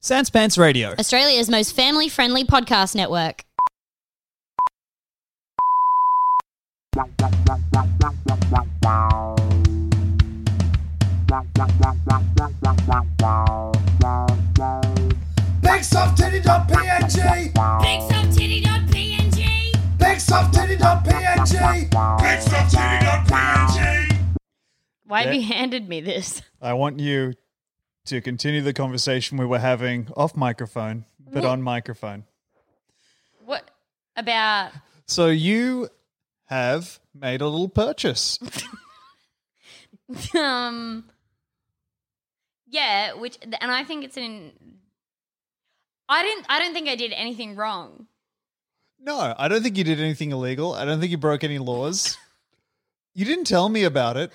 Sans Pants Radio. Australia's most family friendly podcast network. BigSoftTitty.png BigSoftTitty.png. BigSoftTitty.png BigSoftTitty.png Why have Yeah. you handed me this? I want you to continue the conversation we were having off microphone, but on microphone. What about So you have made a little purchase. um? Yeah, which and I think it's an. I didn't. I don't think I did anything wrong. No, I don't think you did anything illegal. I don't think you broke any laws. You didn't tell me about it.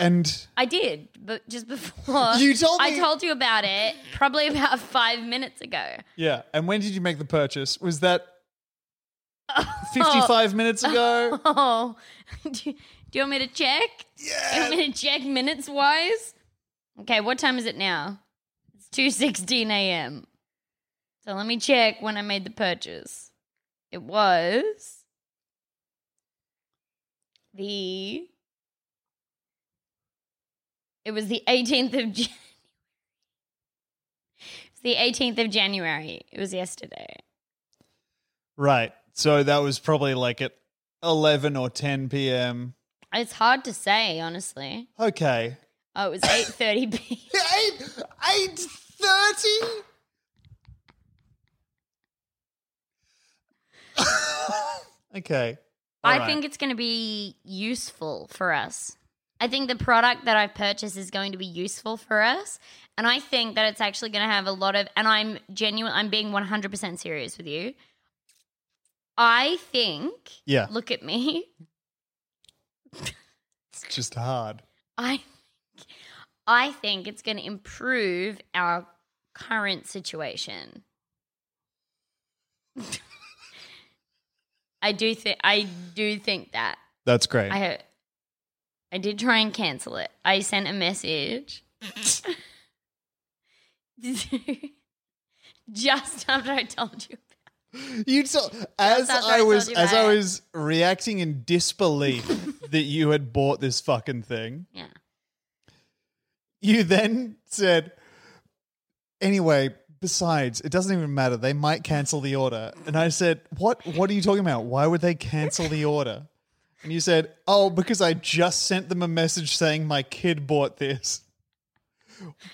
And I did, but just before You told I me- told you about it probably about five minutes ago. yeah, and when did you make the purchase? Was that 55 minutes ago? Oh, do, you- do you want me to check? Do you want me to check minutes wise? Okay, what time is it now? It's two sixteen a.m. So let me check when I made the purchase. It was the. It was the eighteenth of January. The 18th of January. It was yesterday. Right. So that was probably like at 11 or 10 p.m. It's hard to say, honestly. Okay. Oh, it was 8:30 p. 8 8:30? okay. All I right. think it's going to be useful for us. I think the product that I've purchased is going to be useful for us, and I think that it's actually going to have a lot of and I'm genuine I'm being 100% serious with you. I think Yeah. look at me. It's just hard. I I think it's going to improve our current situation. I do think I do think that That's great. I I did try and cancel it. I sent a message just after I told you. you told as that's what I I told was you as about I it. was reacting in disbelief that you had bought this fucking thing. Yeah. You then said, "Anyway, besides, it doesn't even matter. They might cancel the order." And I said, "What? What are you talking about? Why would they cancel the order?" And you said, "Oh, because I just sent them a message saying my kid bought this."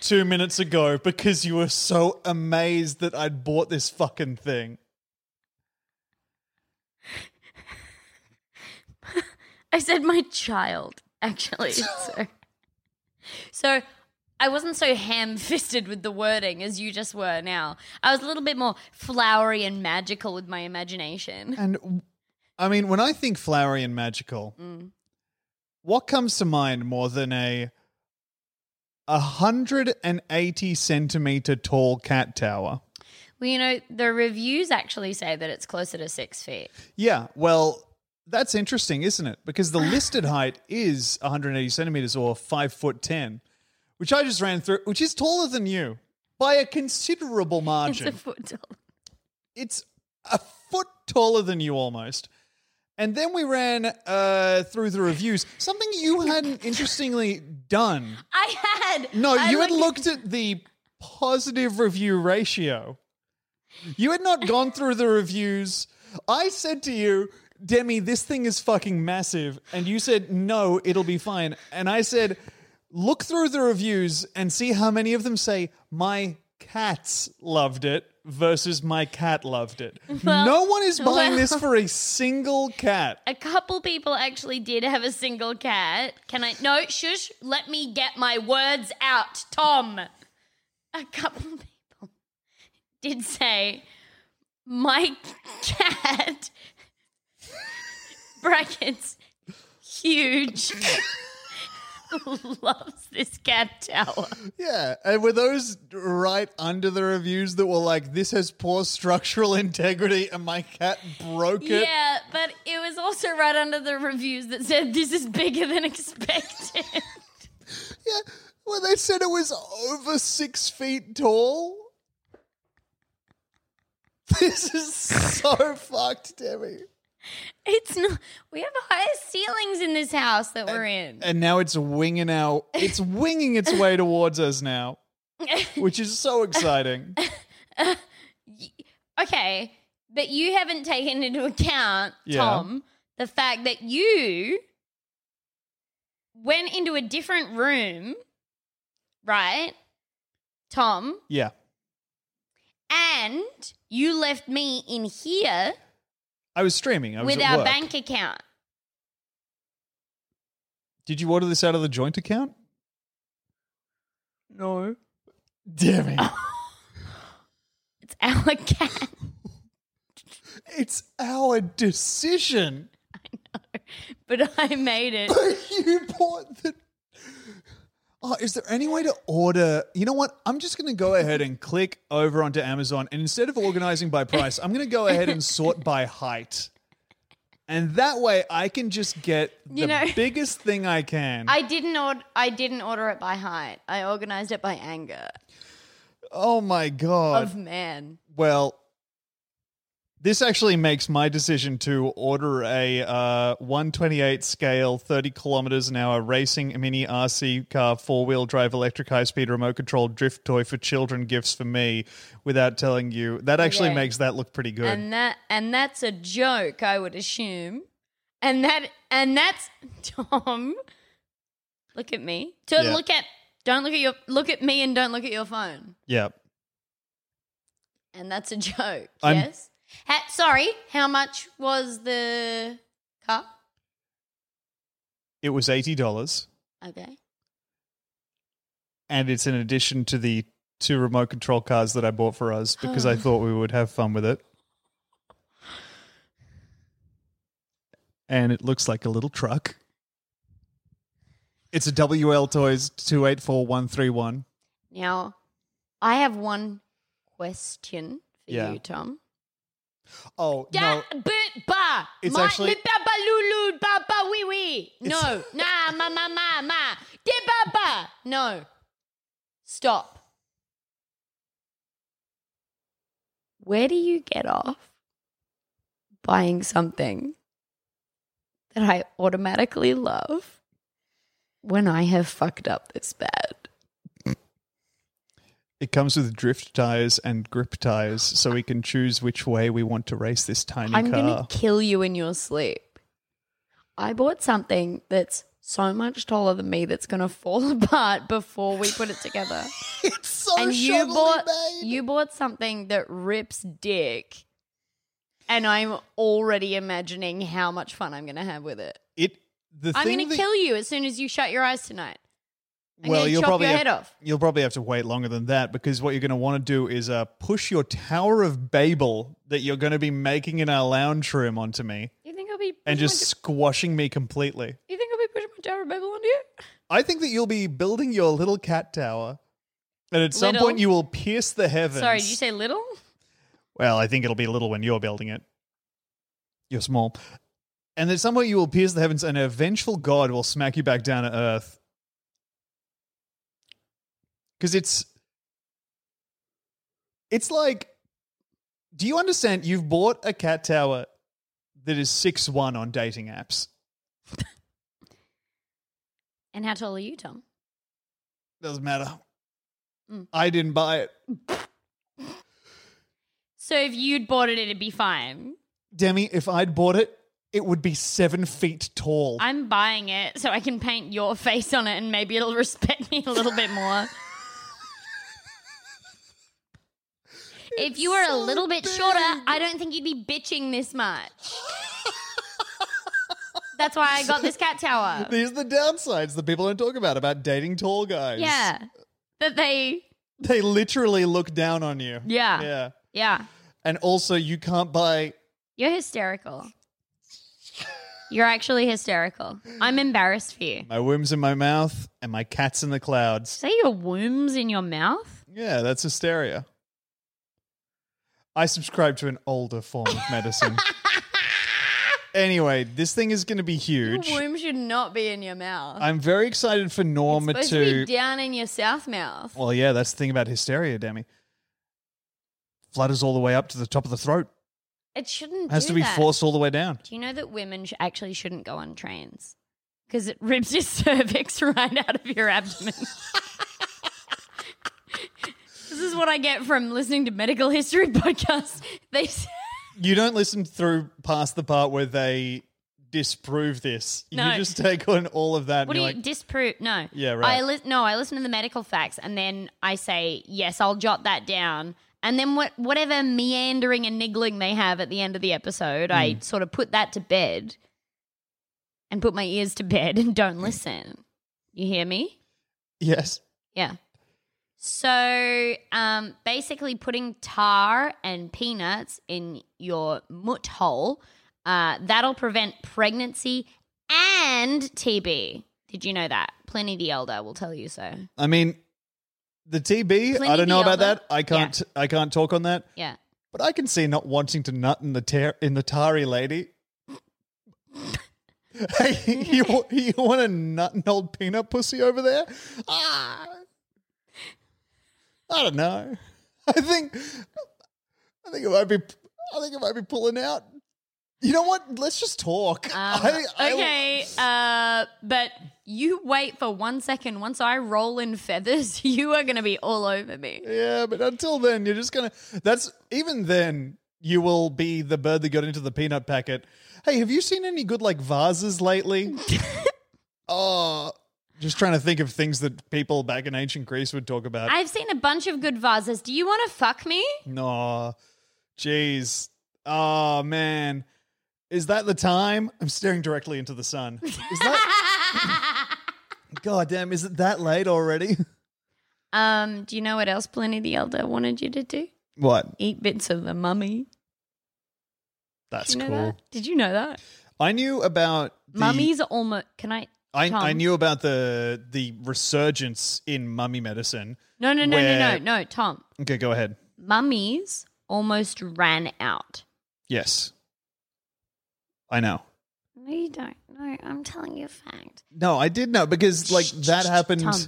Two minutes ago, because you were so amazed that I'd bought this fucking thing. I said my child, actually. So, so I wasn't so ham fisted with the wording as you just were now. I was a little bit more flowery and magical with my imagination. And w- I mean, when I think flowery and magical, Mm. what comes to mind more than a 180 centimeter tall cat tower? Well, you know, the reviews actually say that it's closer to six feet. Yeah, well, that's interesting, isn't it? Because the listed height is 180 centimeters or 5 foot 10, which I just ran through, which is taller than you by a considerable It's margin. a foot tall. it's a foot taller than you almost. And then we ran uh, through the reviews, something you hadn't interestingly done. I had. No, I you had looked at the positive review ratio. You had not gone through the reviews. I said to you, Demi, this thing is fucking massive. And you said, no, it'll be fine. And I said, look through the reviews and see how many of them say, my cats loved it. versus my cat loved it. Well- no one is buying well- this for a single cat. A couple people actually did have a single cat. Can I? No, shush. Let me get my words out, Tom. A couple people did say, my cat, brackets, huge, loves this cat tower. Yeah, and were those right under the reviews that were like, "This has poor structural integrity, and my cat broke it"? Yeah, but it was also right under the reviews that said, this is bigger than expected. Yeah, well, they said it was over six feet tall. This is so fucked, Debbie. It's not. We have higher ceilings in this house that we're in. And now it's winging out. It's winging its way towards us now, which is so exciting. Okay, but you haven't taken into account, Yeah. Tom, the fact that you went into a different room, right, Tom, Yeah, and you left me in here I was streaming. I was with at our work. bank account. Did you order this out of the joint account? No. Damn it. It's our cat. It's our decision. But I made it. you bought the. Oh, is there any way to order? You know what? I'm just going to go ahead and click over onto Amazon. And instead of organizing by price, I'm going to go ahead and sort by height. And that way I can just get the You know- biggest thing I can. I didn't order. I didn't order it by height. I organized it by anger oh my God. of man. Well, this actually makes my decision to order a uh, 128 scale, 30 kilometers an hour racing mini RC car, four wheel drive, electric high speed, remote controlled drift toy for children gifts for me without telling you. That actually Yeah. makes that look pretty good. and that and that's a joke i would assume and that and that's tom look at me don't Yeah. look at don't look at your look at me and don't look at your phone yeah. and that's a joke I'm- yes ha, sorry how much was the car It was $80, okay and it's in addition to the two remote control cars that I bought for us because I thought we would have fun with it. And it looks like a little truck. It's a WL Toys 284131. now i have one question for Yeah. you tom Oh, Da, no. but, ba. It's my, actually- mi, ba, ba, lulu, ba, ba, wee, wee. No. nah, ma, ma, ma, ma. De, ba, ba. No. Stop. Where do you get off buying something that I automatically love when I have fucked up this bad? It comes with drift tires and grip tires, so we can choose which way we want to race this tiny I'm car. gonna kill you in your sleep. I bought something that's so much taller than me that's gonna fall apart before we put it together. It's so and you bought you bought something that rips dick, and I'm already imagining how much fun I'm gonna have with it. it, the I'm thing gonna that- kill you as soon as you shut your eyes tonight. I'm well, gonna you'll chop probably your have, head off. You'll probably have to wait longer than that because what you're going to want to do is uh, push your Tower of Babel that you're going to be making in our lounge room onto me You think I'll be and pushing my just d- squashing me completely. you think I'll be pushing my Tower of Babel onto you? I think that you'll be building your little cat tower, and at some Little? point you will pierce the heavens. Sorry, did you say little? Well, I think it'll be little when you're building it. You're small. And at some point you will pierce the heavens and a vengeful god will smack you back down to earth. Cause it's it's like do you understand you've bought a cat tower that is six one on dating apps? And how tall are you, Tom? Doesn't matter. Mm. I didn't buy it. So if you'd bought it, it'd be fine. Demi, if I'd bought it, it would be seven feet tall. I'm buying it so I can paint your face on it and maybe it'll respect me a little bit more. If you were a little bit shorter, I don't think you'd be bitching this much. That's why I got this cat tower. These are the downsides that people don't talk about about dating tall guys. Yeah. That they, They literally look down on you. yeah, yeah. Yeah. And also you can't buy You're hysterical. You're actually hysterical. I'm embarrassed for you. my worms in my mouth and my cats in the clouds. Say your wombs in your mouth? Yeah, that's hysteria. I subscribe to an older form of medicine. anyway, this thing is going to be huge. womb should not be in your mouth. I'm very excited for Norma supposed to. to be down in your south mouth. well, yeah, that's the thing about hysteria, Demi. Flutters all the way up to the top of the throat. It shouldn't Has do to be that. forced all the way down. Do you know that women sh- actually shouldn't go on trains because it rips your cervix right out of your abdomen? this is what I get from listening to medical history podcasts. They s- You don't listen through past the part where they disprove this. No. You just take on all of that. what and do you're you like, disprove? No, Yeah, right. I li- no, I listen to the medical facts and then I say yes, I'll jot that down. And then what, whatever meandering and niggling they have at the end of the episode, I Mm. sort of put that to bed and put my ears to bed and don't listen. You hear me? yes. Yeah. So um, basically, putting tar and peanuts in your mutt hole uh, that'll prevent pregnancy and TB. Did you know that? Pliny the Elder will tell you so. I mean, the TB. Pliny I don't know the about Elder. that. I can't. I can't talk on that. Yeah. But I can see not wanting to nut in the tar- in the tari lady. hey, you, wa- you want to nut an old peanut pussy over there? Ah, I don't know. I think I think it might be I think it might be pulling out. You know what? Let's just talk. Um, I- I- okay, uh, but you wait for one second. Once I roll in feathers, you are going to be all over me. Yeah, but until then, you're just gonna. That's even then, you will be the bird that got into the peanut packet. Hey, have you seen any good like vases lately? oh, just trying to think of things that people back in ancient Greece would talk about. I've seen a bunch of good vases. Do you want to fuck me? no, jeez, oh man, is that the time? I'm staring directly into the sun. Is that God damn? Is it that late already? Um, do you know what else Pliny the Elder wanted you to do? What? Eat bits of the mummy. That's Did you know cool. that? Did you know that? I knew about the- Mummies almost. Can I? I, Tom? I knew about the the resurgence in mummy medicine. No, no, no, no, where- no, no, Tom. Okay, go ahead. Mummies almost ran out. Yes, I know. No, you don't. No, I'm telling you a fact. No, I did know because like that happened. Tom,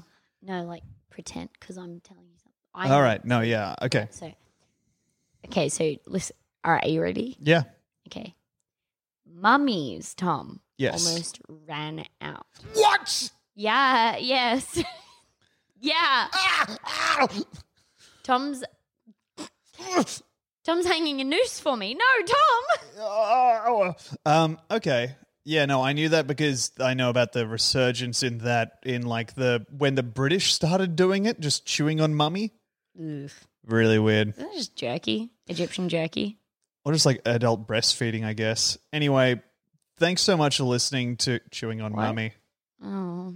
no, like pretend because I'm telling you something. I All right. No. Yeah. Okay. So, okay, so listen. All right, are you ready? Yeah. Okay. Mummies, Tom. Yes. Almost ran out. What? Yeah, yes. yeah. Ah, Tom's Tom's hanging a noose for me. No, Tom. um. Okay. Yeah. No, I knew that because I know about the resurgence in that in like the when the British started doing it, just chewing on mummy. Really weird. Isn't that just jerky? Egyptian jerky. or just like adult breastfeeding, I guess. Anyway, thanks so much for listening to Chewing on Mummy. Oh.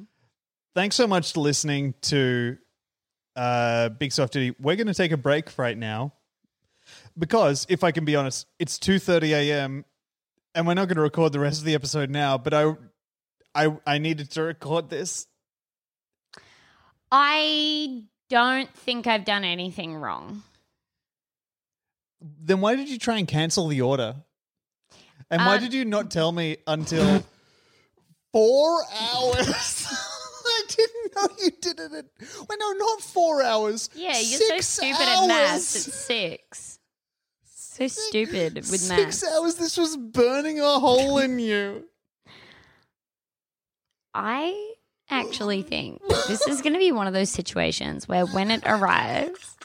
Thanks so much for listening to uh, Big Soft Diddy. We're going to take a break right now because, if I can be honest, it's two thirty a.m. and we're not going to record the rest of the episode now. But I, I, I needed to record this. I don't think I've done anything wrong. Then why did you try and cancel the order? And why Um, did you not tell me until four hours? I didn't know you did it. At, well, no, not four hours. Yeah, you're Six so stupid at maths. hours. It's six. So stupid with Six maths. hours. This was burning a hole in you. I actually think this is going to be one of those situations where when it arrives,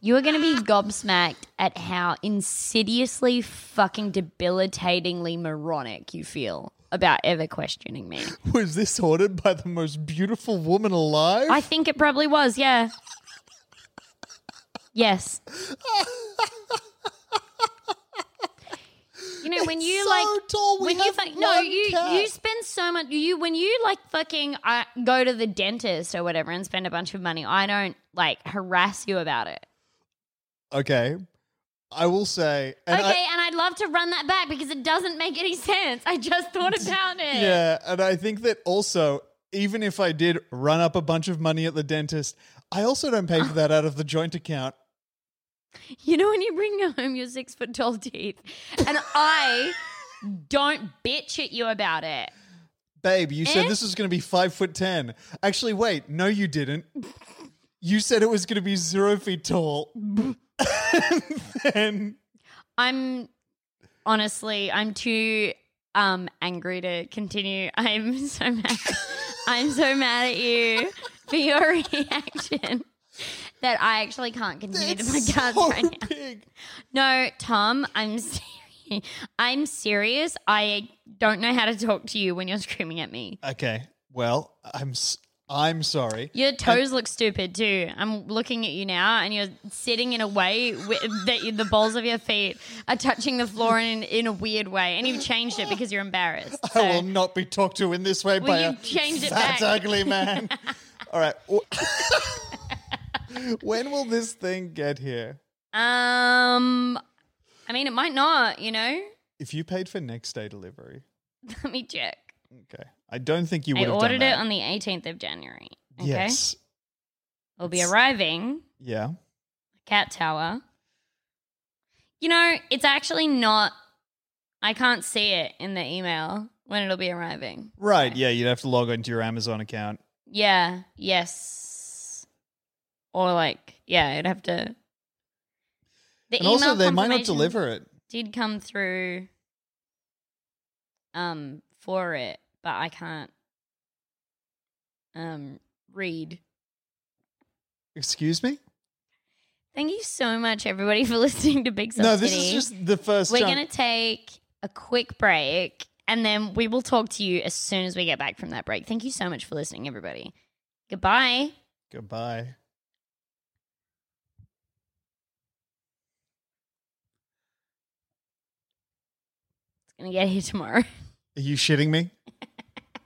you are going to be gobsmacked at how insidiously fucking debilitatingly moronic you feel about ever questioning me. Was this ordered by the most beautiful woman alive? I think it probably was, yeah. Yes. you know when you so like tall, we when you have fuck- no one you cat. you spend so much you when you like fucking uh, go to the dentist or whatever and spend a bunch of money. I don't like harass you about it. Okay. I will say. And okay, I- and I'd love to run that back because it doesn't make any sense. I just thought about it. Yeah, and I think that also, even if I did run up a bunch of money at the dentist, I also don't pay for that out of the joint account. You know when you bring home your six foot tall teeth, and I don't bitch at you about it. Babe, you said Eh? this was going to be five foot ten. Actually, wait, no, you didn't. You said it was going to be zero feet tall. and I'm honestly, I'm too um angry to continue. I'm so mad. I'm so mad at you for your reaction that I actually can't continue the it's podcast so right now. big. No, Tom, I'm serious. I'm serious. I don't know how to talk to you when you're screaming at me. Okay, well, I'm s- I'm sorry. Your toes look stupid too. I'm looking at you now, and you're sitting in a way wi- that you, the balls of your feet are touching the floor in, in a weird way, and you've changed it because you're embarrassed. So, I will not be talked to in this way Well, by you a changed it fat, back. ugly man. All right. Wh- when will this thing get here? um, I mean, it might not. You know, If you paid for next day delivery, let me check. okay. I don't think you would I have ordered done it that. on the 18th of January. Okay, Yes. it'll be arriving. Yeah. Cat Tower. You know, it's actually not. I can't see it in the email when it'll be arriving. Right. Yeah. You'd have to log into your Amazon account. Yeah. Yes. Or like, yeah, I'd have to. The and also, they might not confirmation deliver it. Did come through. Um, for it, but I can't. Um, read. Excuse me? Thank you so much, everybody, for listening to Big Subsidy. No, this is just the 1st We're chunk. going to take a quick break, and then we will talk to you as soon as we get back from that break. Thank you so much for listening, everybody. Goodbye. Goodbye. It's gonna get here tomorrow. Are you shitting me?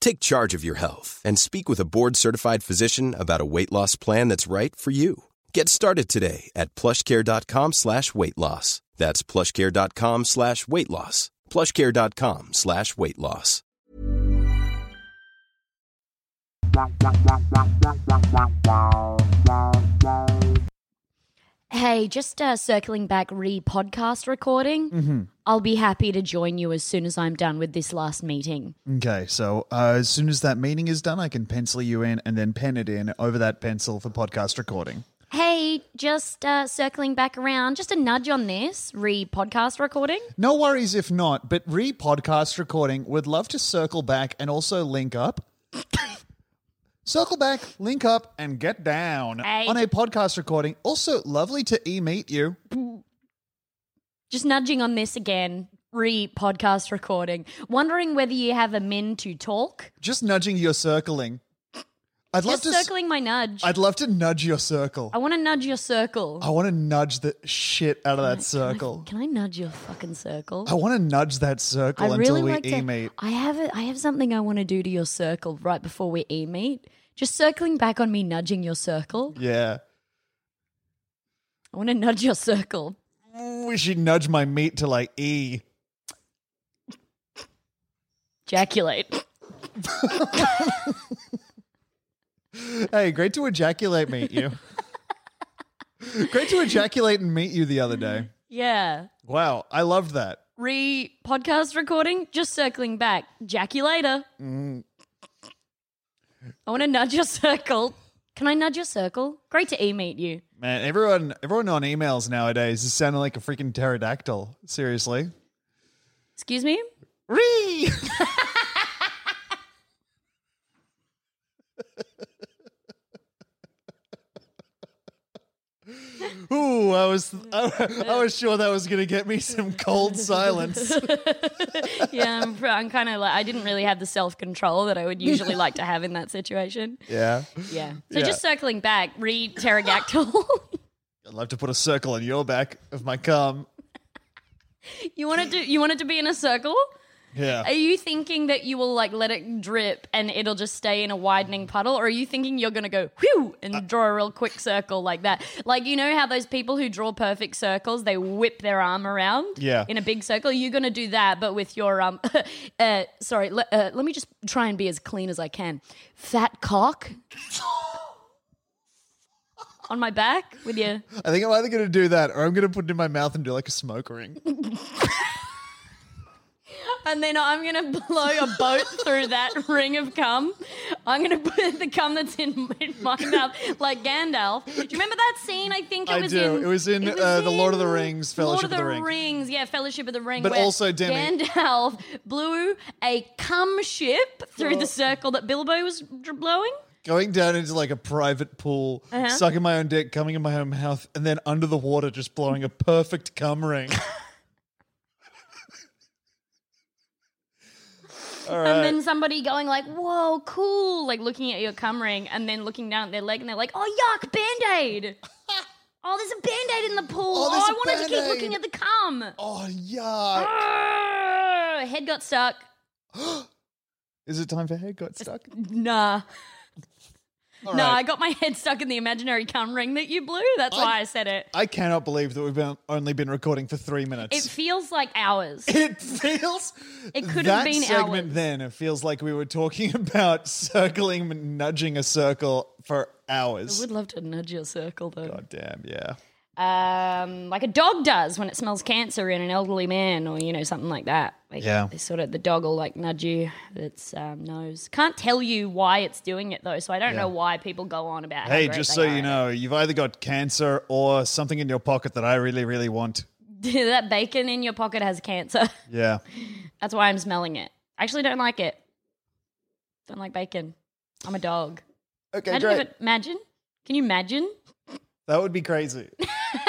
Take charge of your health and speak with a board-certified physician about a weight loss plan that's right for you. Get started today at plushcare.com slash weight loss. That's plushcare.com slash weight loss. plushcare.com slash weight loss. Hey, just uh, circling back re podcast recording. Mm-hmm. I'll be happy to join you as soon as I'm done with this last meeting. Okay, so uh, as soon as that meeting is done, I can pencil you in and then pen it in over that pencil for podcast recording. Hey, just uh, circling back around, just a nudge on this re podcast recording. No worries if not, but re podcast recording would love to circle back and also link up. circle back, link up, and get down Hey. on a podcast recording. Also, lovely to e meet you. Just nudging on this again re podcast recording. Wondering whether you have a min to talk. Just nudging your circling. I'd love Just to. s- circling my nudge. I, I'd love to nudge your circle. want to nudge your circle. I want to nudge the shit out of Oh that circle. Can I nudge your fucking circle? I want to nudge that circle I until really we like e meet. to. I have a, I have something I want to do to your circle right before we e meet. Just circling back on me nudging your circle. Yeah. I want to nudge your circle. We should nudge my meat to like E. ejaculate. Hey, great to ejaculate meet you. great to ejaculate and meet you the other day. Yeah. Wow, I loved that. Re podcast recording, just circling back. Jack you later. Mm. I want to nudge your circle. Can I nudge your circle? Great to e meet you. Man, everyone everyone on emails nowadays is sounding like a freaking pterodactyl. Seriously. Excuse me? Ree! Ooh, I was I, I was sure that was gonna get me some cold silence. Yeah, I'm, I'm kind of like, I didn't really have the self control that I would usually like to have in that situation. Yeah, Yeah. So Mm-hmm. Yeah. just circling back, re pterodactyl. I'd love to put a circle on your back of my cum. you wanted to you wanted to be in a circle? Yeah, Are you thinking that you will like let it drip and it'll just stay in a widening puddle, or are you thinking you're gonna go whew Uh, and draw a real quick circle like that? Like you know how those people who draw perfect circles, they whip their arm around, Yeah. in a big circle. You're gonna do that, but with your um, uh, sorry, le- uh, let me just try and be as clean as I can. Fat cock on my back with your I think I'm either gonna do that or I'm gonna put it in my mouth and do like a smoke ring. And then I'm gonna blow a boat through that ring of cum. I'm gonna put the cum that's in, in my mouth, like Gandalf. Do you remember that scene? I think it I was do. in. It was in, uh, The Lord of the Rings, Fellowship Lord of of the the, Ring. Rings, yeah, Fellowship of the Ring. But where also Demi. Gandalf blew a cum ship through the Oh. circle that Bilbo was dr- blowing. Going down into like a private pool, Uh-huh. sucking my own dick, coming in my own mouth, and then under the water just blowing a perfect cum ring. All right. And then somebody going like, "Whoa, cool!" Like looking at your cum ring, and then looking down at their leg, and they're like, "Oh, yuck, band aid." Oh, there's a band aid in the pool. Oh, Oh, there's a I wanted to keep Band-Aid. looking at the cum. oh, yeah. Arrgh, Head got stuck. Is it time for hair got stuck? Nah. All No, I right. got my head stuck in the imaginary cum ring that you blew. That's why I said it. I cannot believe that we've been, only been recording for three minutes. It feels like hours. It feels. It could that have been segment. hours. Then it feels like we were talking about circling, nudging a circle for hours. Would love to nudge your circle though. God damn, yeah. Um, like a dog does when it smells cancer in an elderly man, or you know something like that. Like, Yeah. they sort of the dog will like nudge you with its um, nose. Can't tell you why it's doing it though, so I don't know why people go on about. how Hey, great just so they are you at it. know, you've either got cancer or something in your pocket that I really, really want. that bacon in your pocket has cancer. Yeah. That's why I'm smelling it. I actually don't like it. Don't like bacon. I'm a dog. Okay, imagine great. if it, imagine. Can you imagine? that would be crazy.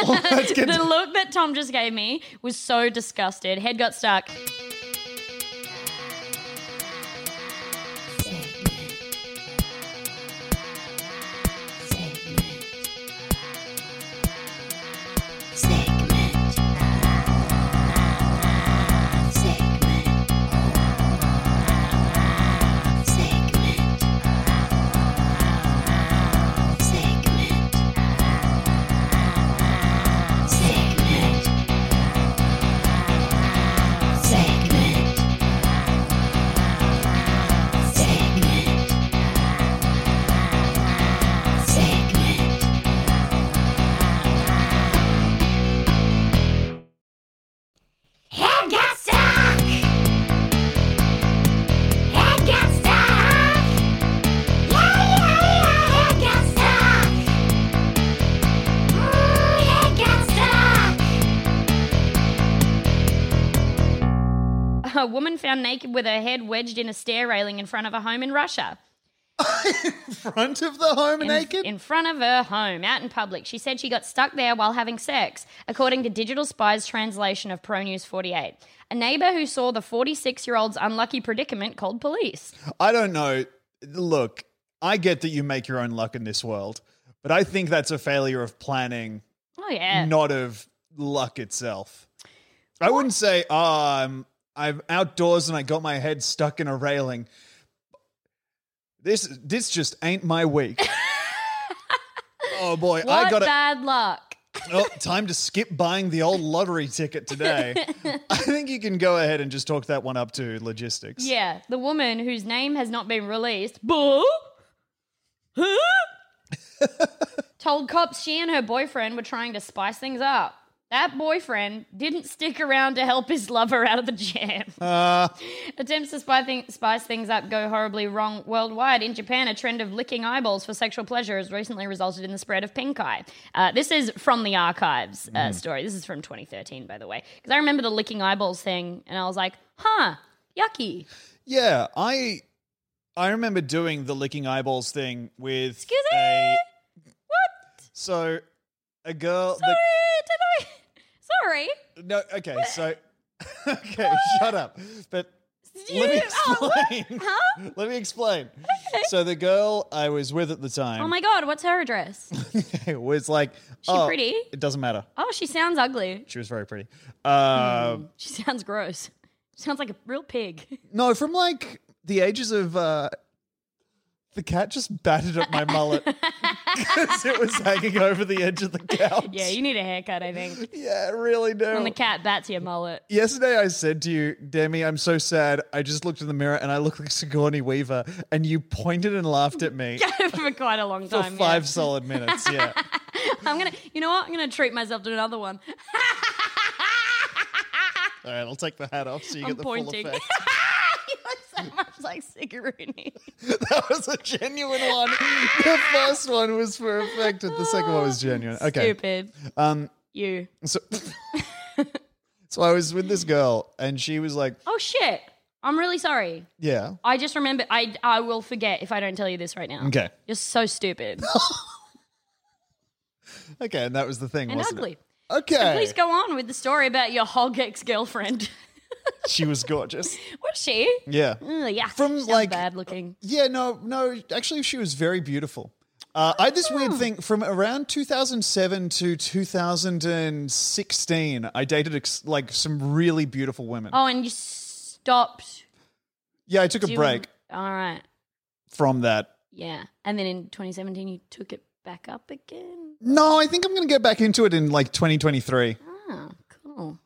Let's get The to- look that Tom just gave me was so disgusted. Head got stuck. Head got stuck. Head got stuck. Yeah, yeah, yeah. Head got stuck. Mm, head got stuck. A woman found naked with her head wedged in a stair railing in front of a home in Russia. in front of the home in, naked? in front of her home, out in public. She said she got stuck there while having sex, according to Digital Spy's translation of Pro News 48. A neighbor who saw the 46 year old's unlucky predicament called police. I don't know. Look, I get that you make your own luck in this world, but I think that's a failure of planning, Oh, yeah. not of luck itself. I wouldn't say, ah, I'm, I'm outdoors and I got my head stuck in a railing. This this just ain't my week. oh boy, what I got to bad luck. oh, time to skip buying the old lottery ticket today. I think you can go ahead and just talk that one up to logistics. Yeah, the woman whose name has not been released, boo, huh? told cops she and her boyfriend were trying to spice things up. That boyfriend didn't stick around to help his lover out of the jam. Uh, Attempts to spy thing- spice things up go horribly wrong worldwide. In Japan, a trend of licking eyeballs for sexual pleasure has recently resulted in the spread of pink eye. Uh, this is from the archives uh, story. This is from 2013, by the way. Because I remember the licking eyeballs thing, and I was like, huh, yucky. Yeah, I I remember doing the licking eyeballs thing with Excuse a, me? What? so a girl Sorry, the- did I? Sorry. No, okay, so okay, shut up. But Did let me you- oh, what? explain. Huh? Let me explain. So the girl I was with at the time Oh my god, what's her address? was like, "Oh, pretty?" It doesn't matter. Oh, she sounds ugly. She was very pretty. Uh, She sounds gross. She sounds like a real pig. No, from like the ages of uh, the cat just batted at my mullet because it was hanging over the edge of the couch. Yeah, you need a haircut, I think. Yeah, I really do. When the cat bats your mullet. Yesterday, I said to you, Demi, I'm so sad. I just looked in the mirror and I look like Sigourney Weaver, and you pointed and laughed at me For quite a long for time. yeah. five solid minutes. Yeah. I'm gonna you know what? I'm gonna treat myself to another one. All right, I'll take the hat off so you I'm get the pointing. full you effect. look so much like Sigaruni. That was a genuine one. The first one was for effect, and the second one Ah, was genuine. Okay. Stupid. Um, You. So, so I was with this girl, and she was like, Oh shit. I'm really sorry. "Yeah, I just remember I I will forget if I don't tell you this right now. okay, You're so stupid. okay," and that was the thing, and wasn't ugly. it? Okay, Please go on with the story about your hog ex girlfriend. she was gorgeous. was she? Yeah, Ugh, yeah. From, She's like- bad looking. yeah, no, no. Actually, she was very beautiful. Uh, I had this Oh. weird thing from around 2007 to 2016. I dated ex- like some really beautiful women. Oh, and you stopped. yeah, I took a doing- break All right. from that. Yeah. And then in 2017, you took it back up again. No, I think I'm going to get back into it in like 2023. Oh, cool.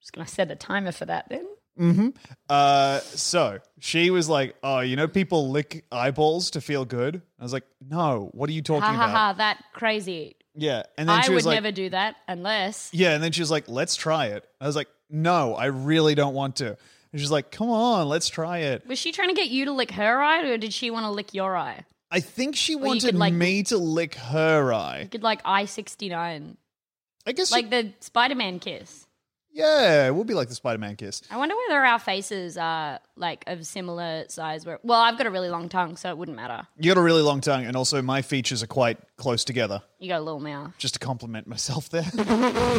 Just gonna set a timer for that then. hmm Uh, so she was like, "Oh, you know, people lick eyeballs to feel good." I was like, "No, what are you talking Ha ha about?" ha! That crazy. Yeah, and then I she would was like, never do that unless. "Yeah," and then she was like, "Let's try it." I was like, "No, I really don't want to." And she's like, "Come on, let's try it." Was she trying to get you to lick her eye, or did she want to lick your eye? I think she you wanted could, like- me to lick her eye. You could like I sixty nine, I guess, like like, the Spider Man kiss. yeah, we'll be like the Spider-Man kiss. I wonder whether our faces are like of similar size. Where well, I've got a really long tongue, so it wouldn't matter. You got a really long tongue, and also my features are quite close together. You got a little mouth. Just to compliment myself there.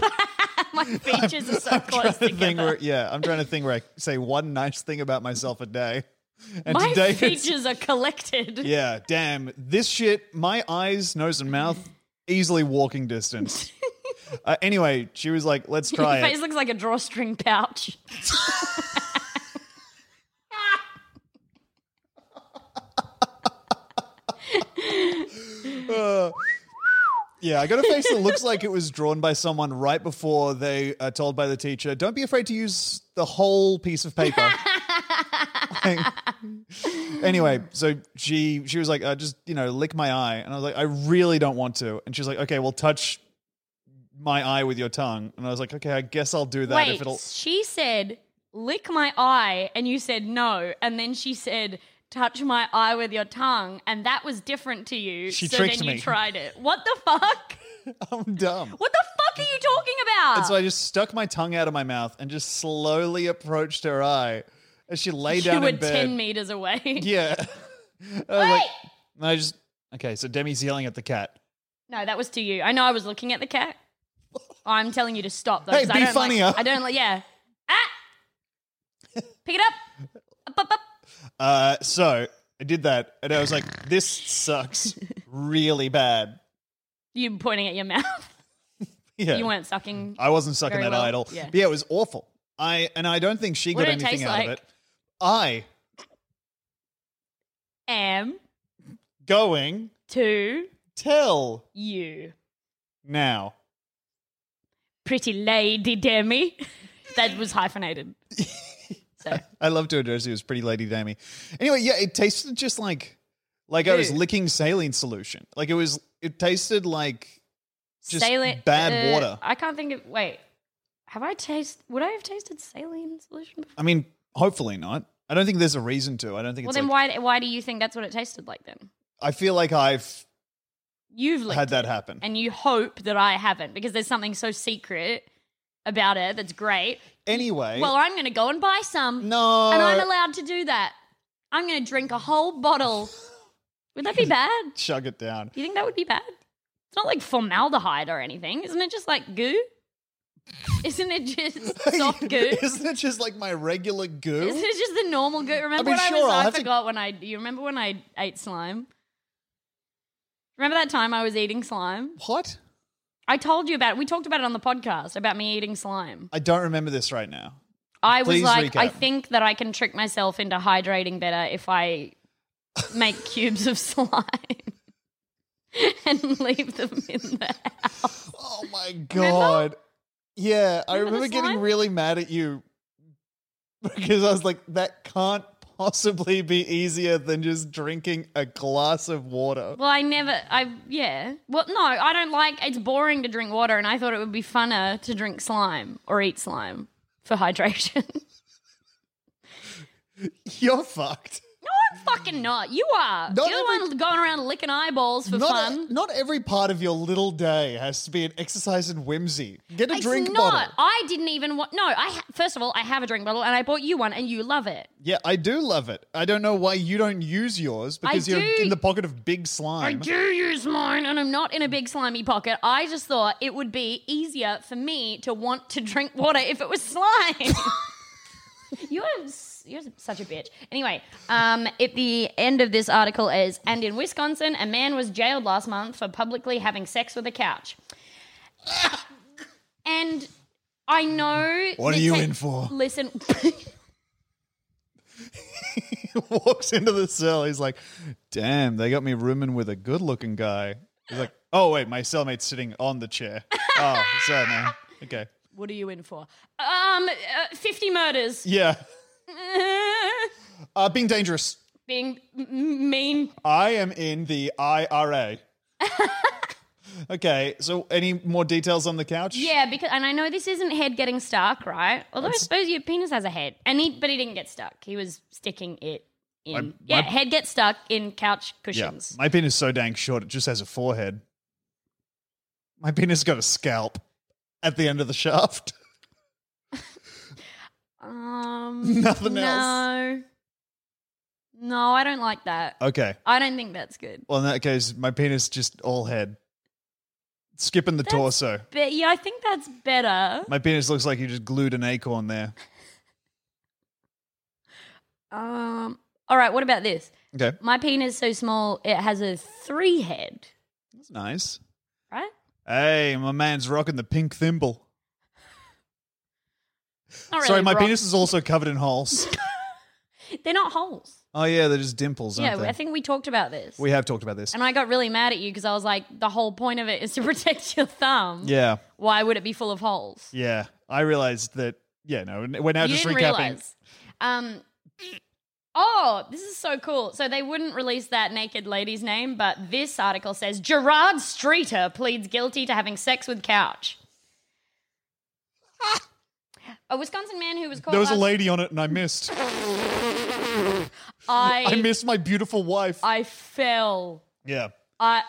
My features are so trying close to think together. where, yeah, I'm trying to think where I say one nice thing about myself a day. And My today, it's- features are collected. yeah, damn, this shit, my eyes, nose, and mouth, easily walking distance. uh, anyway, she was like, let's Your try face it. looks like a drawstring pouch. Yeah, I got a face that looks like it was drawn by someone right before they are told by the teacher, don't be afraid to use the whole piece of paper. Like- anyway, so she she was like, uh, just you know, lick my eye, and I was like, I really don't want to, and she's like, okay, well, touch my eye with your tongue, and I was like, okay, I guess I'll do that Wait, if it'll. she said, lick my eye, and you said no. And then she said, touch my eye with your tongue. And that was different to you. She so tricked then me. you tried it. What the fuck? I'm dumb. What the fuck are you talking about? And so I just stuck my tongue out of my mouth and just slowly approached her eye as she lay you down were in bed. 10 meters away. Yeah. I was like, and I just okay. So Demi's yelling at the cat. No, that was to you. I know I was looking at the cat. I'm telling you to stop though. Hey, 'cause be I don't funnier. Like, I don't like. Yeah. Ah. Pick it up. Up, up, up. Uh, so I did that, and I was like, this sucks really bad. You pointing at your mouth. Yeah, You weren't sucking. I wasn't sucking very that well. idol. Yeah. But yeah, it was awful. I and I don't think she What got did it anything taste out of like? it. I Am going to tell you. now. pretty lady Demi. That was hyphenated. So I love to address you as pretty lady Dammy. Anyway, yeah, it tasted just like like I was licking saline solution. Like it was it tasted like just saline bad uh, water. I can't think of. Wait, have I tasted? Would I have tasted saline solution? Before? I mean, hopefully not. I don't think there's a reason to. I don't think Well, it's then like, why why do you think that's what it tasted like? Then I feel like I've you've licked had that it, happen. and you hope that I haven't because there's something so secret about it that's great. Anyway, Well, I'm going to go and buy some. no. and I'm allowed to do that. I'm going to drink a whole bottle. Would that be bad? chug it down. Do you think that would be bad? It's not like formaldehyde or anything. Isn't it just like goo? Isn't it just soft goo? Isn't it just like my regular goo? Isn't it just the normal goo? Remember mean, when I sure, was? I'll I have to- forgot when I. You remember when I ate slime? Remember that time I was eating slime? what? I told you about. it. We talked about it on the podcast about me eating slime. I don't remember this right now. I was Please like, I recap. think that I can trick myself into hydrating better if I make cubes of slime and leave them in the house. Oh my god. Yeah, I Remember the remember getting slime? really mad at you because I was like, that can't possibly be easier than just drinking a glass of water. Well, I never, I, yeah. Well, no, I don't like, it's boring to drink water, and I thought it would be funner to drink slime or eat slime for hydration. You're fucked. no, I'm fucking not. You are. Not You're every- the one going around licking eyeballs for Not, e-, fun. not every part of your little day has to be an exercise in whimsy. Get a it's drink not. bottle. I didn't even want. No, I. Ha- First of all, I have a drink bottle, and I bought you one, and you love it. Yeah, I do love it. I don't know why you don't use yours because you're do. in the pocket of big I slime. do use mine, and I'm not in a big slimy pocket. I just thought it would be easier for me to want to drink water if it was slime. you are s- you're such a bitch. Anyway, um, at the end of this article is, and in Wisconsin, a man was jailed last month for publicly having sex with a couch. and I know. What are that you ta- in for? Listen. walks into the cell. He's like, "Damn, they got me rooming with a good-looking guy." He's like, "Oh wait, my cellmate's sitting on the chair." oh, sorry, man. Okay, what are you in for? Um, uh, fifty murders. yeah, uh, being dangerous. Being m- mean I am in the IRA. okay, so any more details on the couch? Yeah, because and I know this isn't head getting stuck, right? Although I suppose your penis has a head, and he but he didn't get stuck. He was sticking it in. I'm- yeah, my- head gets stuck in couch yeah. cushions. My penis is so dang short; it just has a forehead. My penis got a scalp at the end of the shaft. Um, Nothing else. Oh. No, no, I don't like that. Okay. I don't think that's good. Well, in that case, my penis just all head, skipping the That's- torso. But yeah, I think that's better. My penis looks like you just glued an acorn there. Um, all right. What about this? Okay, My penis so small it has a three head, that's nice. right? Hey, my man's rocking the pink thimble. Not really Sorry, my rock- penis is also covered in holes. They're not holes. oh yeah, they're just dimples, aren't Yeah, they? I think we talked about this. we have talked about this. And I got really mad at you because I was like, the whole point of it is to protect your thumb. yeah, Why would it be full of holes? yeah. I realized that. Yeah, no, we're now you just didn't recapping. realize. Um, oh, this is so cool. So they wouldn't release that naked lady's name, but this article says Gerard Streeter pleads guilty to having sex with couch. A Wisconsin man who was called. There was a last- lady on it, and I missed. I, I missed my beautiful wife. I fell. yeah, I.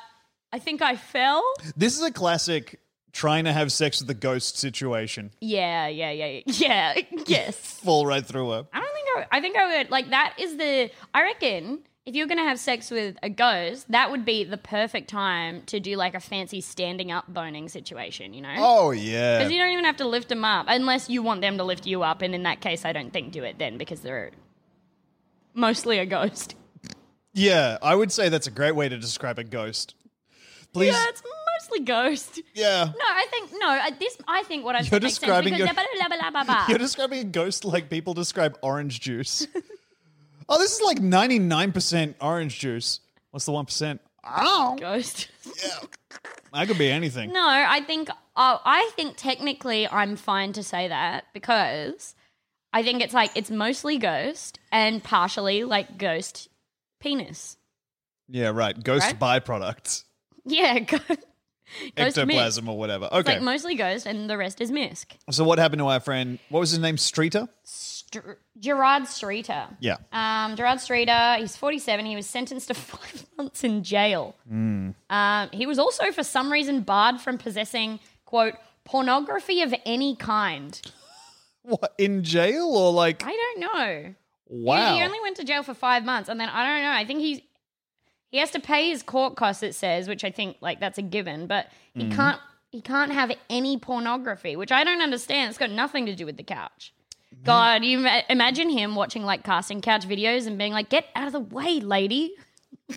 I think I fell. this is a classic trying to have sex with the ghost situation. Yeah, yeah, yeah, yeah. yeah, Yes. Fall right through her. I don't think I would. I think I would. Like, that is the. I reckon if you're going to have sex with a ghost, that would be the perfect time to do like a fancy standing up boning situation, you know? Oh Because yeah. you don't even have to lift them up unless you want them to lift you up. And in that case, I don't think do it then because they're mostly a ghost. Yeah, I would say that's a great way to describe a ghost. Please. Yeah, it's mostly ghost. yeah. No, I think no. I- This, I think what I You're said makes sense describing because your- blah, blah, blah, blah, blah. You're describing a ghost like people describe orange juice. oh, this is like 99% orange juice. What's the 1%? I don't. ghost. I could be anything. No, I think Oh, I think technically I'm fine to say that because I think it's like it's mostly ghost and partially like ghost penis. Yeah, right. Ghost byproducts, Yeah, go- ghost Misk. ectoplasm or whatever. It's Okay. like mostly ghost and the rest is misc. so what happened to our friend? What was his name? Streeter. Str- Gerard Streeter. Yeah. Um, Gerard Streeter, he's 47. He was sentenced to five months in jail. Hmm. Um, he was also, for some reason, barred from possessing, quote, pornography of any kind. What in jail or like? I don't know. wow. He, he only went to jail for five months. And then I don't know. I think he's. He has to pay his court costs, it says, which I think like that's a given, but he can't he can't have any pornography, which I don't understand. It's got nothing to do with the couch. God, you ma- imagine him watching like casting couch videos and being like, "Get out of the way, lady! I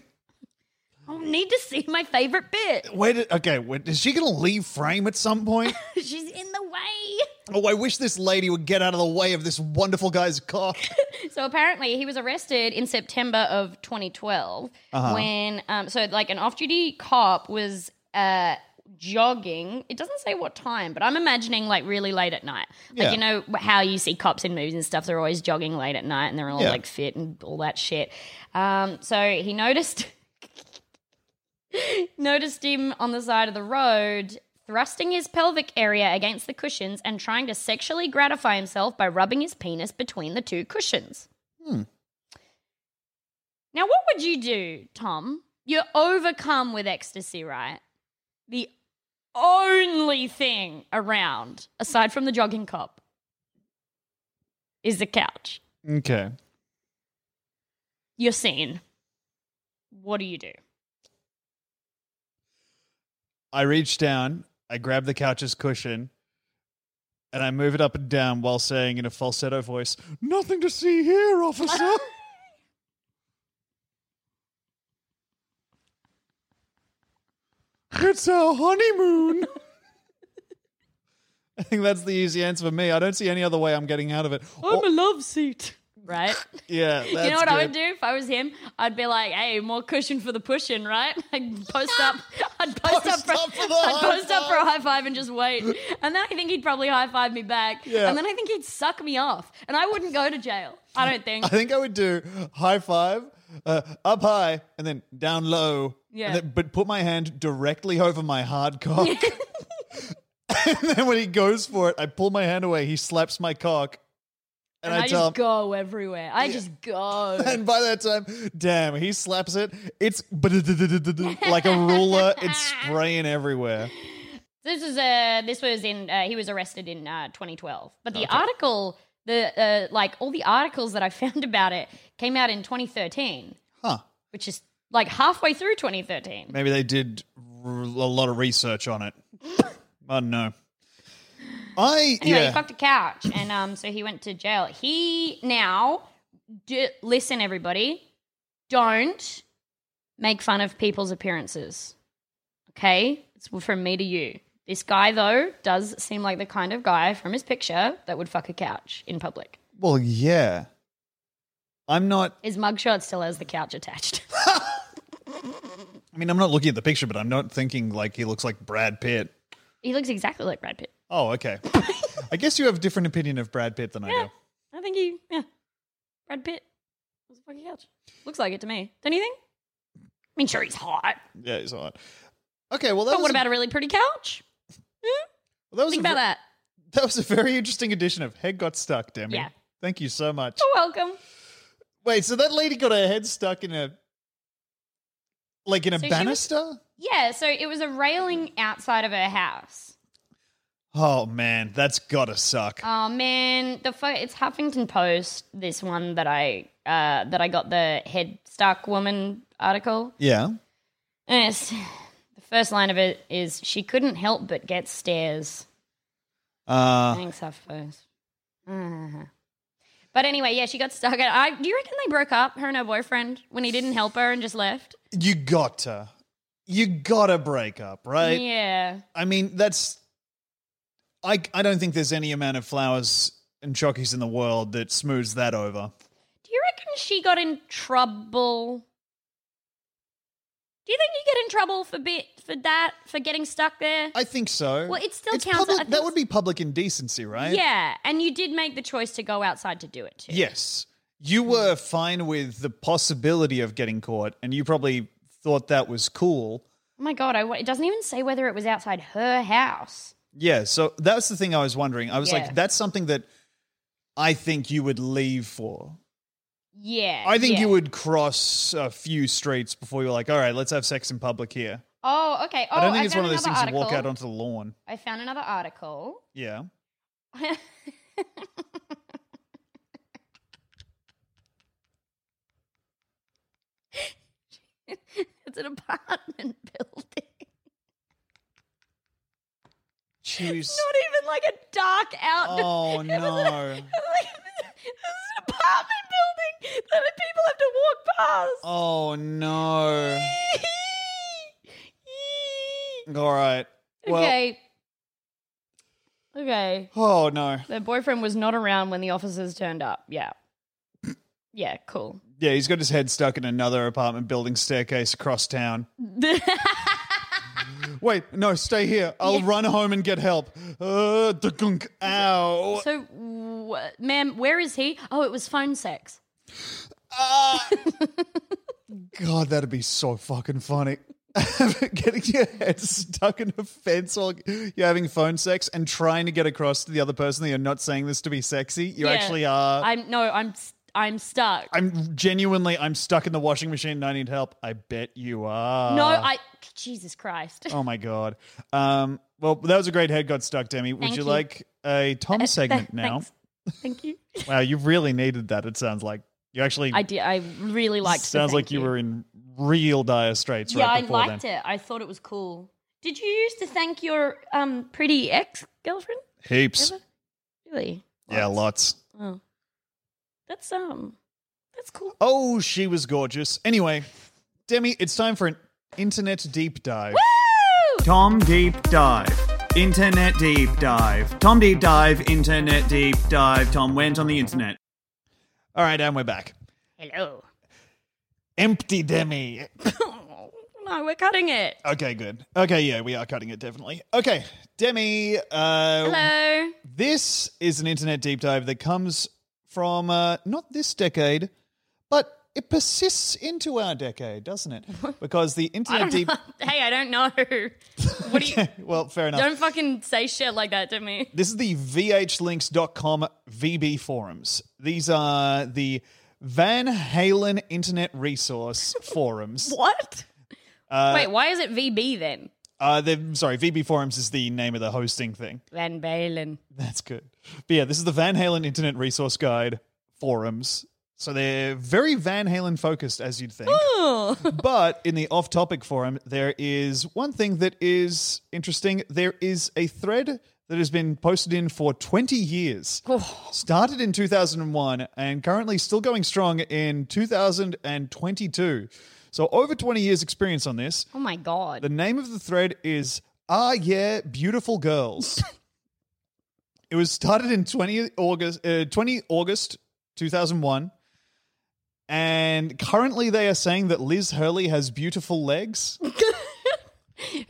don't need to see my favorite bit. Wait. Okay. Wait, is she gonna leave frame at some point? She's in the way." oh, I wish this lady would get out of the way of this wonderful guy's cock. So apparently, he was arrested in September of 2012 when, um, so like an off-duty cop was uh, jogging. It doesn't say what time, but I'm imagining like really late at night. Like Yeah. you know how you see cops in movies and stuff; they're always jogging late at night and they're all Yeah. like fit and all that shit. Um, so he noticed noticed him on the side of the road. Thrusting his pelvic area against the cushions and trying to sexually gratify himself by rubbing his penis between the two cushions. Now, what would you do, Tom? You're overcome with ecstasy, right? The only thing around, aside from the jogging cop, is the couch. Okay. You're seen. What do you do? I reach down, I grab the couch's cushion, and I move it up and down while saying in a falsetto voice, Nothing to see here, officer. it's our honeymoon. I think that's the easy answer for me. I don't see any other way I'm getting out of it. Or- love seat. Right? yeah, that's you know what I good. would do if I was him? I'd be like, hey, more cushion for the pushing, right? I'd post up. I'd post, Post up for, up for the I'd high post up for a high five and just wait. And then I think he'd probably high five me back. Yeah. And then I think he'd suck me off. And I wouldn't go to jail. I don't think. I think I would do high five, uh, up high, and then down low. Yeah. and then- but put my hand directly over my hard cock. and then when he goes for it, I pull my hand away. He slaps my cock. And, and I, I, tell just him. go everywhere. I just go. And by that time, damn, he slaps it. It's like a ruler. It's spraying everywhere. This is uh this was in uh, he was arrested in uh, 2012. But the article the uh, like all the articles that I found about it came out in 2013, Huh. which is like halfway through 2013. Maybe they did r- a lot of research on it. I don't know. I Anyway, yeah. he fucked a couch, and um, so he went to jail. He now d- listen, everybody, don't make fun of people's appearances. Okay, it's from me to you. This guy though does seem like the kind of guy from his picture that would fuck a couch in public. Well, yeah. I'm not. His mugshot still has the couch attached. I mean, I'm not looking at the picture, but I'm not thinking like he looks like Brad Pitt. he looks exactly like Brad Pitt. Oh, okay. I guess you have a different opinion of Brad Pitt than I do. I think he, yeah, Brad Pitt was a fucking couch. Looks like it to me. Don't you think? I mean, sure, he's hot, Yeah, he's hot. Okay, well that but was what a- about a really pretty couch? Hmm? well, that was Think a about ver- that. That was a very interesting edition of Head Got Stuck, Demi. Yeah. Oh. Thank you so much. You're welcome. Wait, so that lady got her head stuck in a like in a So she was- banister? Yeah, so it was a railing outside of her house. Oh man, that's gotta suck. Oh man, the fo- it's Huffington Post. This one that I uh, that I got the head stuck woman article. yeah. Yes, the first line of it is she couldn't help but get stares. Uh Thanks, HuffPost. Uh-huh. But anyway, yeah, she got stuck. At, I do you reckon they broke up her and her boyfriend when he didn't help her and just left? you gotta. You gotta break up, right? yeah, I mean, that's. I I don't think there's any amount of flowers and chockies in the world that smooths that over. Do you reckon she got in trouble? Do you think you get in trouble for bit for that for getting stuck there? I think so. Well, it still counts- I Public, think that would be public indecency, right? yeah, and you did make the choice to go outside to do it too. Yes. You were fine with the possibility of getting caught, and you probably thought that was cool. Oh my god, I, wa- it doesn't even say whether it was outside her house. Yeah, so that's the thing I was wondering. I was Yeah. like, that's something that I think you would leave for. Yeah, I think yeah. you would cross a few streets before you're like, all right, let's have sex in public here. Oh, okay. Oh, I don't think it's found one of those things another you walk out article. onto the lawn. I found another article. Yeah. it's an apartment building. Choose. Not even like a dark outdoor. oh, no. like, this is an apartment building that people have to walk past. Oh, no. Oh. All right. Well, okay. Okay. Oh, no. Their boyfriend was not around when the officers turned up. Yeah. Yeah, cool. Yeah, he's got his head stuck in another apartment building staircase across town. Wait, no, stay here. I'll run home and get help. Uh, the gunk. Ow. so, wh- ma'am, where is he? Oh, it was phone sex. Ah. God, that'd be so fucking funny. Getting your head stuck in a fence while you're having phone sex and trying to get across to the other person that you're not saying this to be sexy. You Yeah. actually are. I'm no, I'm s- I'm stuck. I'm genuinely, I'm stuck in the washing machine and I need help. I bet you are. no, I Jesus Christ. Oh my god. Um, well, that was a great head got stuck, Demi. Would Thank you, you. Uh, like a Tom segment now? Thanks. Thank you. Wow, you really needed that. It sounds like you actually. I did. I really liked. the Sounds thank like you were in real dire straits. yeah, right I before liked then. it. I thought it was cool. Did you used to thank your um pretty ex girlfriend? Heaps. Really? Yeah, lots. Oh, that's um, that's cool. Oh, she was gorgeous. Anyway, Demi, it's time for an internet deep dive. Tom Deep Dive. Internet Deep Dive. Tom Deep Dive. Internet Deep Dive. Tom went on the internet. All right, and we're back. Oh. Hello. Empty Demi. no, we're cutting it. Okay, good. Okay, yeah, we are cutting it definitely. Okay, Demi, uh, Hello. this is an internet deep dive that comes from uh, not this decade, but it persists into our decade, doesn't it? Because the internet deep. hey, I don't know. What do you? well, fair enough. Don't fucking say shit like that to me. This is the VHlinks.com VB forums. These are the Van Halen Internet Resource forums. What? Wait, why is it VB then? Uh, they're- sorry, VB forums is the name of the hosting thing. Van Balen. That's good. But yeah, this is the Van Halen Internet Resource Guide forums. So they're very Van Halen focused, as you'd think. but in the off topic forum, there is one thing that is interesting. There is a thread that has been posted in for 20 years. Started in 2001 and currently still going strong in 2022. So over 20 years' experience on this. Oh my god. The name of the thread is Ah Yeah Beautiful Girls. it was started in 20 August uh, 20 August 2001 and currently they are saying that Liz Hurley has beautiful legs. Who-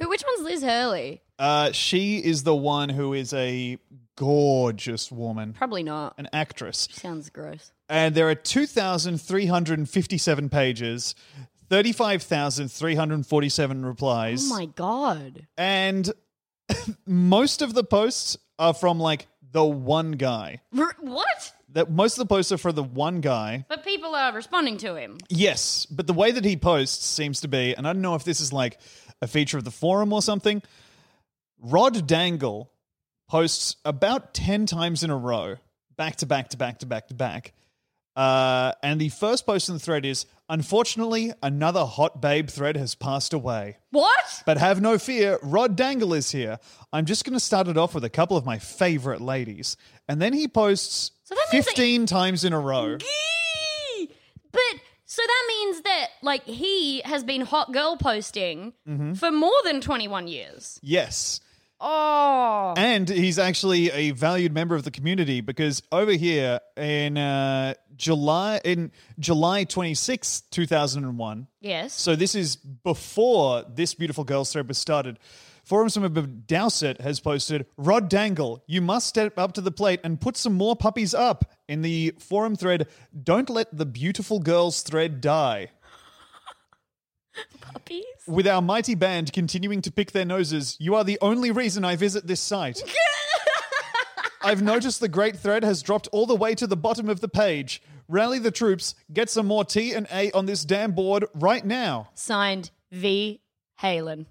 Which one's Liz Hurley? Uh, she is the one who is a gorgeous woman, Probably not. an actress. Sounds gross. and there are 2,357 pages, 35,347 replies. Oh my god. and most of the posts are from like the one guy. R- what? That most of the posts are for the one guy. But people are responding to him. Yes, but the way that he posts seems to be, and I don't know if this is like a feature of the forum or something. Rod Dangle posts about ten times in a row, back to back to back to back to back. Uh, and the first post in the thread is, unfortunately, another hot babe thread has passed away. What? But have no fear, Rod Dangle is here. I'm just going to start it off with a couple of my favorite ladies. And then he posts So that means that- 15 times in a row. Gee! But so that means that like Mm-hmm. he has been hot girl posting for more than 21 years. Yes. Oh. And he's actually a valued member of the community because over here in uh, July in July 26, 2001, Yes. so this is before this beautiful girls thread was started. Forum Swimmer Dowsett has posted, Rod Dangle, you must step up to the plate and put some more puppies up in the forum thread. Don't let the beautiful girls thread die. Puppies. With our mighty band continuing to pick their noses, you are the only reason I visit this site. I've noticed the great thread has dropped all the way to the bottom of the page. Rally the troops, get some more T and A on this damn board right now. Signed V. Halen.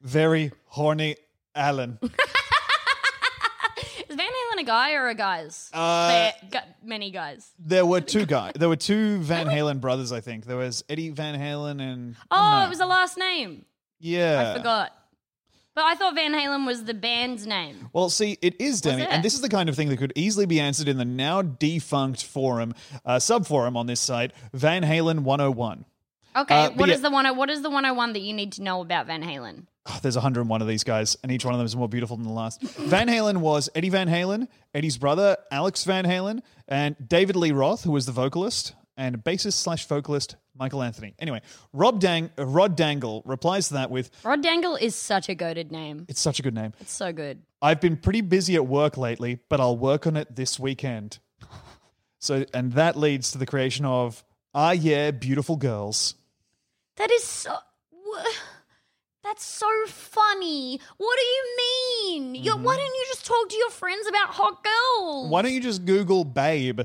Very horny Alan. Is Van Halen a guy or a guys? Uh, They got many guys. There were two guys. There were two Van Halen brothers, I think. There was Eddie Van Halen and Oh, no. it was the last name. yeah. I forgot. But I thought Van Halen was the band's name. Well, see, it is Demi, it? and this is the kind of thing that could easily be answered in the now defunct forum, uh, subforum on this site, Van Halen 101. Okay, Uh, What but is yeah- the one? What is the one hundred one that you need to know about Van Halen? Ah, there's 101 of these guys, and each one of them is more beautiful than the last. Van Halen was Eddie Van Halen, Eddie's brother, Alex Van Halen, and David Lee Roth, who was the vocalist, and bassist slash vocalist, Michael Anthony. Anyway, Rob Dang- uh, Rod Dangle replies to that with, Rod Dangle is such a goaded name. It's such a good name. It's so good. I've been pretty busy at work lately, but I'll work on it this weekend. So, and that leads to the creation of Ah Yeah, Beautiful Girls. That is so. wha- That's so funny. What do you mean? You- Mm-hmm. Why don't you just talk to your friends about hot girls? Why don't you just Google Babe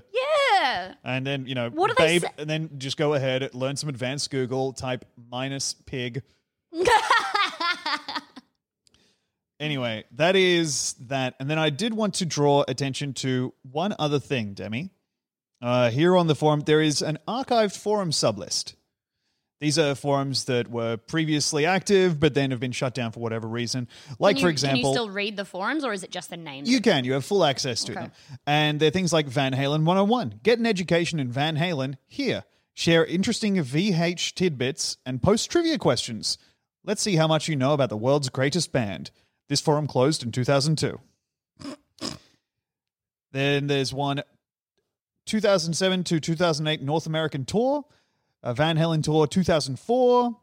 Yeah. and then, you know, What do they Babe, say- and then just go ahead, learn some advanced Google, type minus pig. Anyway, that is that. And then I did want to draw attention to one other thing, Demi. Uh, here on the forum, there is an archived forum sublist. These are forums that were previously active, but then have been shut down for whatever reason. Like, Can for you- can you example, still read the forums, or is it just the names? you can. You have full access to them. And they're things like Van Halen 101. Get an education in Van Halen here. Share interesting VH tidbits and post trivia questions. Let's see how much you know about the world's greatest band. This forum closed in 2002. then there's one 2007 to 2008 North American tour, a Van Halen tour 2004.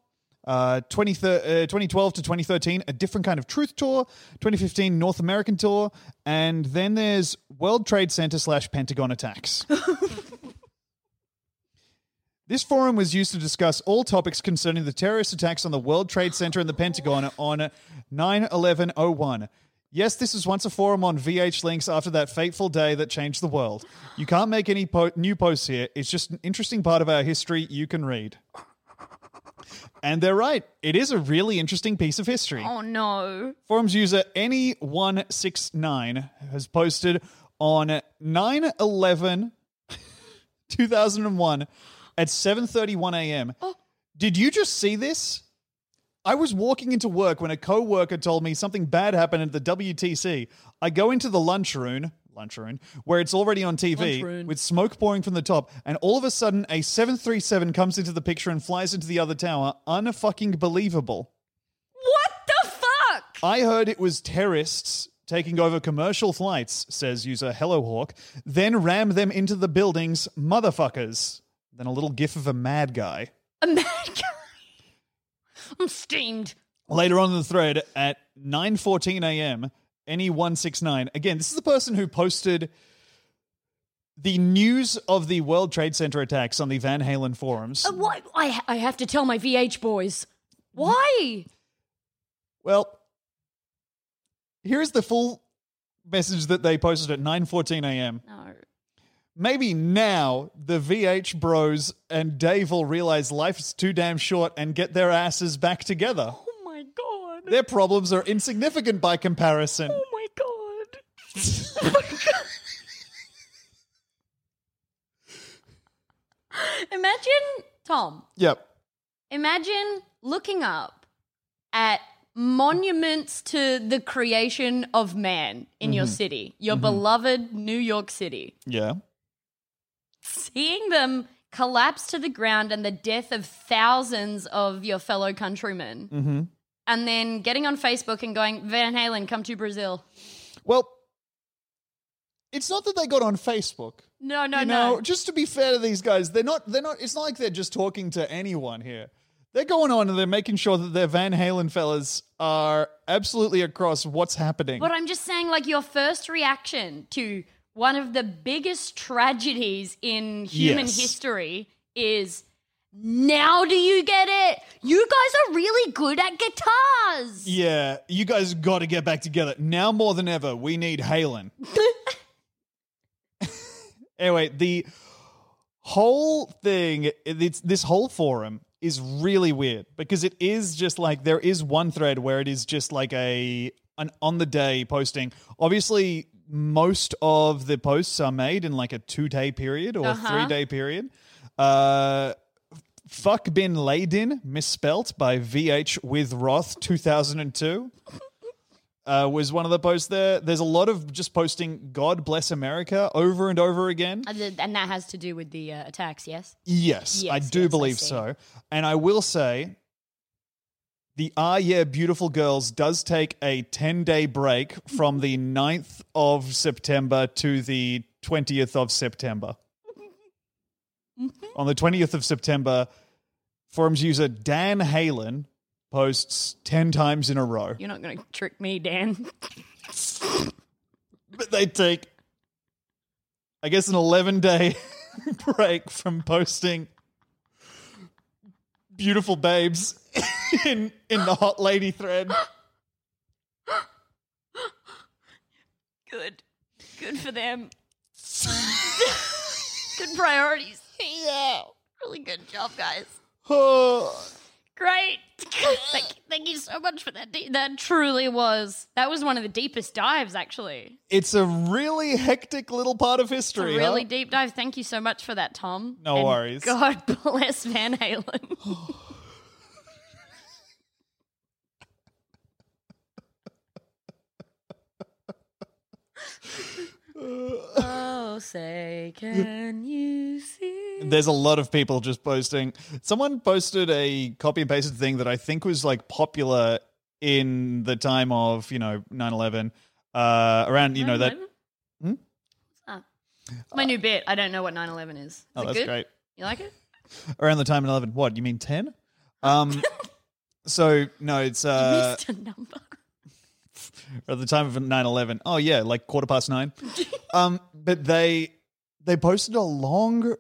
Uh, 20, uh, 2012 to 2013, a different kind of truth tour, 2015 North American tour, and then there's World Trade Center slash Pentagon attacks. this forum was used to discuss all topics concerning the terrorist attacks on the World Trade Center and the Pentagon on 9 11 01. Yes, this was once a forum on VH Links after that fateful day that changed the world. You can't make any po- new posts here. It's just an interesting part of our history you can read. And they're right. It is a really interesting piece of history. Oh no. Forums user Any169 has posted on 9 11 2001 at 7.31 a.m. Did you just see this? I was walking into work when a coworker told me something bad happened at the WTC. I go into the lunchroom, lunchroom, where it's already on TV with smoke pouring from the top, and all of a sudden a 737 comes into the picture and flies into the other tower. Unfucking believable. What the fuck? I heard it was terrorists taking over commercial flights, says user HelloHawk, then ram them into the buildings, motherfuckers. Then a little gif of a mad guy. A mad guy. I'm steamed. Later on in the thread at 9.14 a.m., E NE169. Again, this is the person who posted the news of the World Trade Center attacks on the Van Halen forums. Uh, why? I, I have to tell my VH boys. Why? Well, here's the full message that they posted at 9.14 a.m. No. Maybe now the VH bros and Dave will realize life's too damn short and get their asses back together. Oh my god. Their problems are insignificant by comparison. Oh my god. Imagine, Tom, Yep. imagine looking up at monuments to the creation of man in your city, your beloved New York City. Yeah. seeing them collapse to the ground and the death of thousands of your fellow countrymen Mm-hmm. and then getting on Facebook and going, Van Halen, come to Brazil. Well, it's not that they got on Facebook. No, no, you no. know, just to be fair to these guys, they're not. They're not. It's not like they're just talking to anyone here. They're going on and they're making sure that their Van Halen fellas are absolutely across what's happening. But I'm just saying, like, your first reaction to one of the biggest tragedies in human Yes. history is now do you get it? You guys are really good at guitars. yeah, you guys got to get back together now more than ever. We need Halen. anyway, the whole thing, it's, this whole forum is really weird because it is just like there is one thread where it is just like a an on the day posting. Obviously, most of the posts are made in like a two day period or Uh-huh. three day period. Uh, fuck bin Laden, misspelt by VH with Roth, two thousand and two uh, was one of the posts there. There's a lot of just posting "God bless America" over and over again. And th- and that has to do with the uh, attacks, yes? Yes, I Yes, do yes, I believe see. so. And I will say, the Ah Yeah Beautiful Girls does take a ten day break from the 9th of September to the twentieth of September. Mm-hmm. On the twentieth of September, forums user Dan Halen posts ten times in a row. You're not going to trick me, Dan. But they take, I guess, an 11 day break from posting beautiful babes in, in the hot lady thread. Good. Good for them. good priorities. Yeah. Really good job, guys. Oh, Great. thank, thank you so much for that. deep- That truly was. That was one of the deepest dives, actually. it's a really hectic little part of It's a history. really huh? deep dive. Thank you so much for that, Tom. No And worries. God bless Van Halen. oh, say, can you see? There's a lot of people just posting. Someone posted a copy and pasted thing that I think was like popular in the time of, you know, 9 11. Uh, around, you know, that. Hmm? 9/11? Ah. It's my new bit. I don't know what 9 11 is. Is Oh, it that's good? great. You like it? around the time of 11 what you mean 10 um so no it's uh Missed a number. at the time of 9-11 oh yeah like quarter past nine um but they they posted a long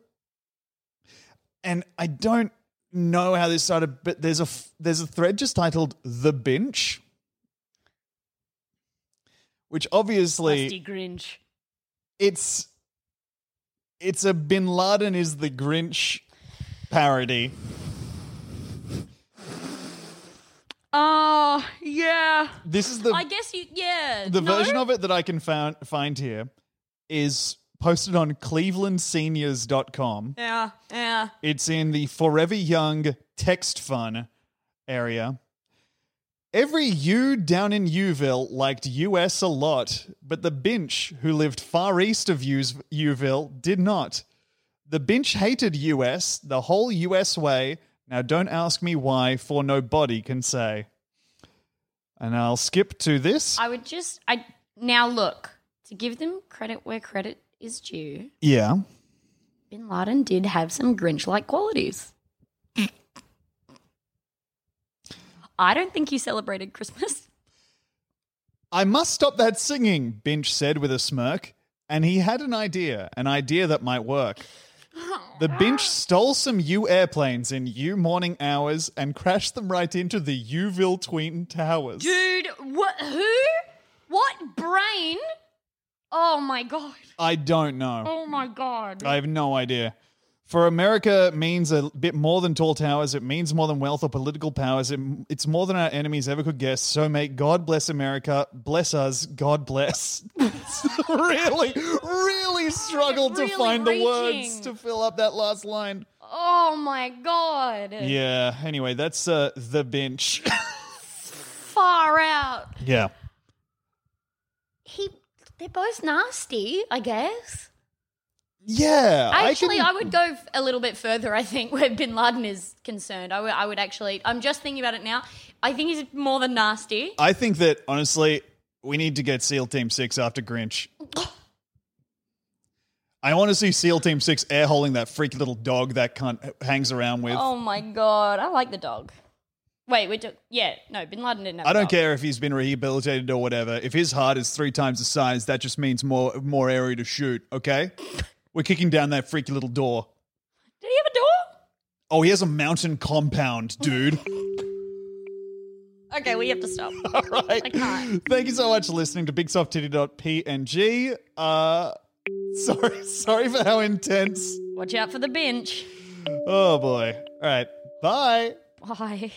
and i don't know how this started but there's a f- there's a thread just titled the bench which obviously Dusty Grinch. it's it's a bin laden is the grinch parody Oh, yeah. this is the I guess you, yeah. the no? version of it that I can found, find here is posted on clevelandseniors.com. Yeah, yeah. It's in the Forever Young text fun area. Every you down in Uville liked US a lot, but the Binch, who lived far east of Us- Uville, did not. The Binch hated US, the whole US way. Now don't ask me why, for nobody can say. And I'll skip to this. I would just I now look to give them credit where credit is due. yeah. Bin Laden did have some Grinch-like qualities. I don't think he celebrated Christmas. I must stop that singing, Binch said with a smirk. And he had an idea, an idea that might work. The Binch stole some U airplanes in U morning hours and crashed them right into the Uville Twin Towers. Dude, what? Who? What brain? Oh my god! I don't know. Oh my god! I have no idea. For America it means a bit more than tall towers. It means more than wealth or political powers. It, it's more than our enemies ever could guess. So may God bless America. Bless us. God bless. really, really struggled Really to find reaching. the words to fill up that last line. oh my god! Yeah. Anyway, that's uh, the bench. Far out. yeah. He. They're both nasty, I guess. Yeah, I actually, can- I would go f- a little bit further. I think where Bin Laden is concerned, I would, I would actually. I'm just thinking about it now. I think he's more than nasty. I think that honestly, we need to get SEAL Team Six after Grinch. I want to see SEAL Team Six airholing that freaky little dog that cunt hangs around with. Oh my god, I like the dog. Wait, we do- yeah, no, Bin Laden didn't have. I a don't dog. care if he's been rehabilitated or whatever. If his heart is three times the size, that just means more more area to shoot. Okay, we're kicking down that freaky little door. Did he have a door? Oh, he has a mountain compound, dude. Okay, we have to stop. All right. I can't. Thank you so much for listening to BigSoftTitty.png. Uh, sorry, sorry for how intense. Watch out for the bench. Oh boy. All right. Bye. Bye.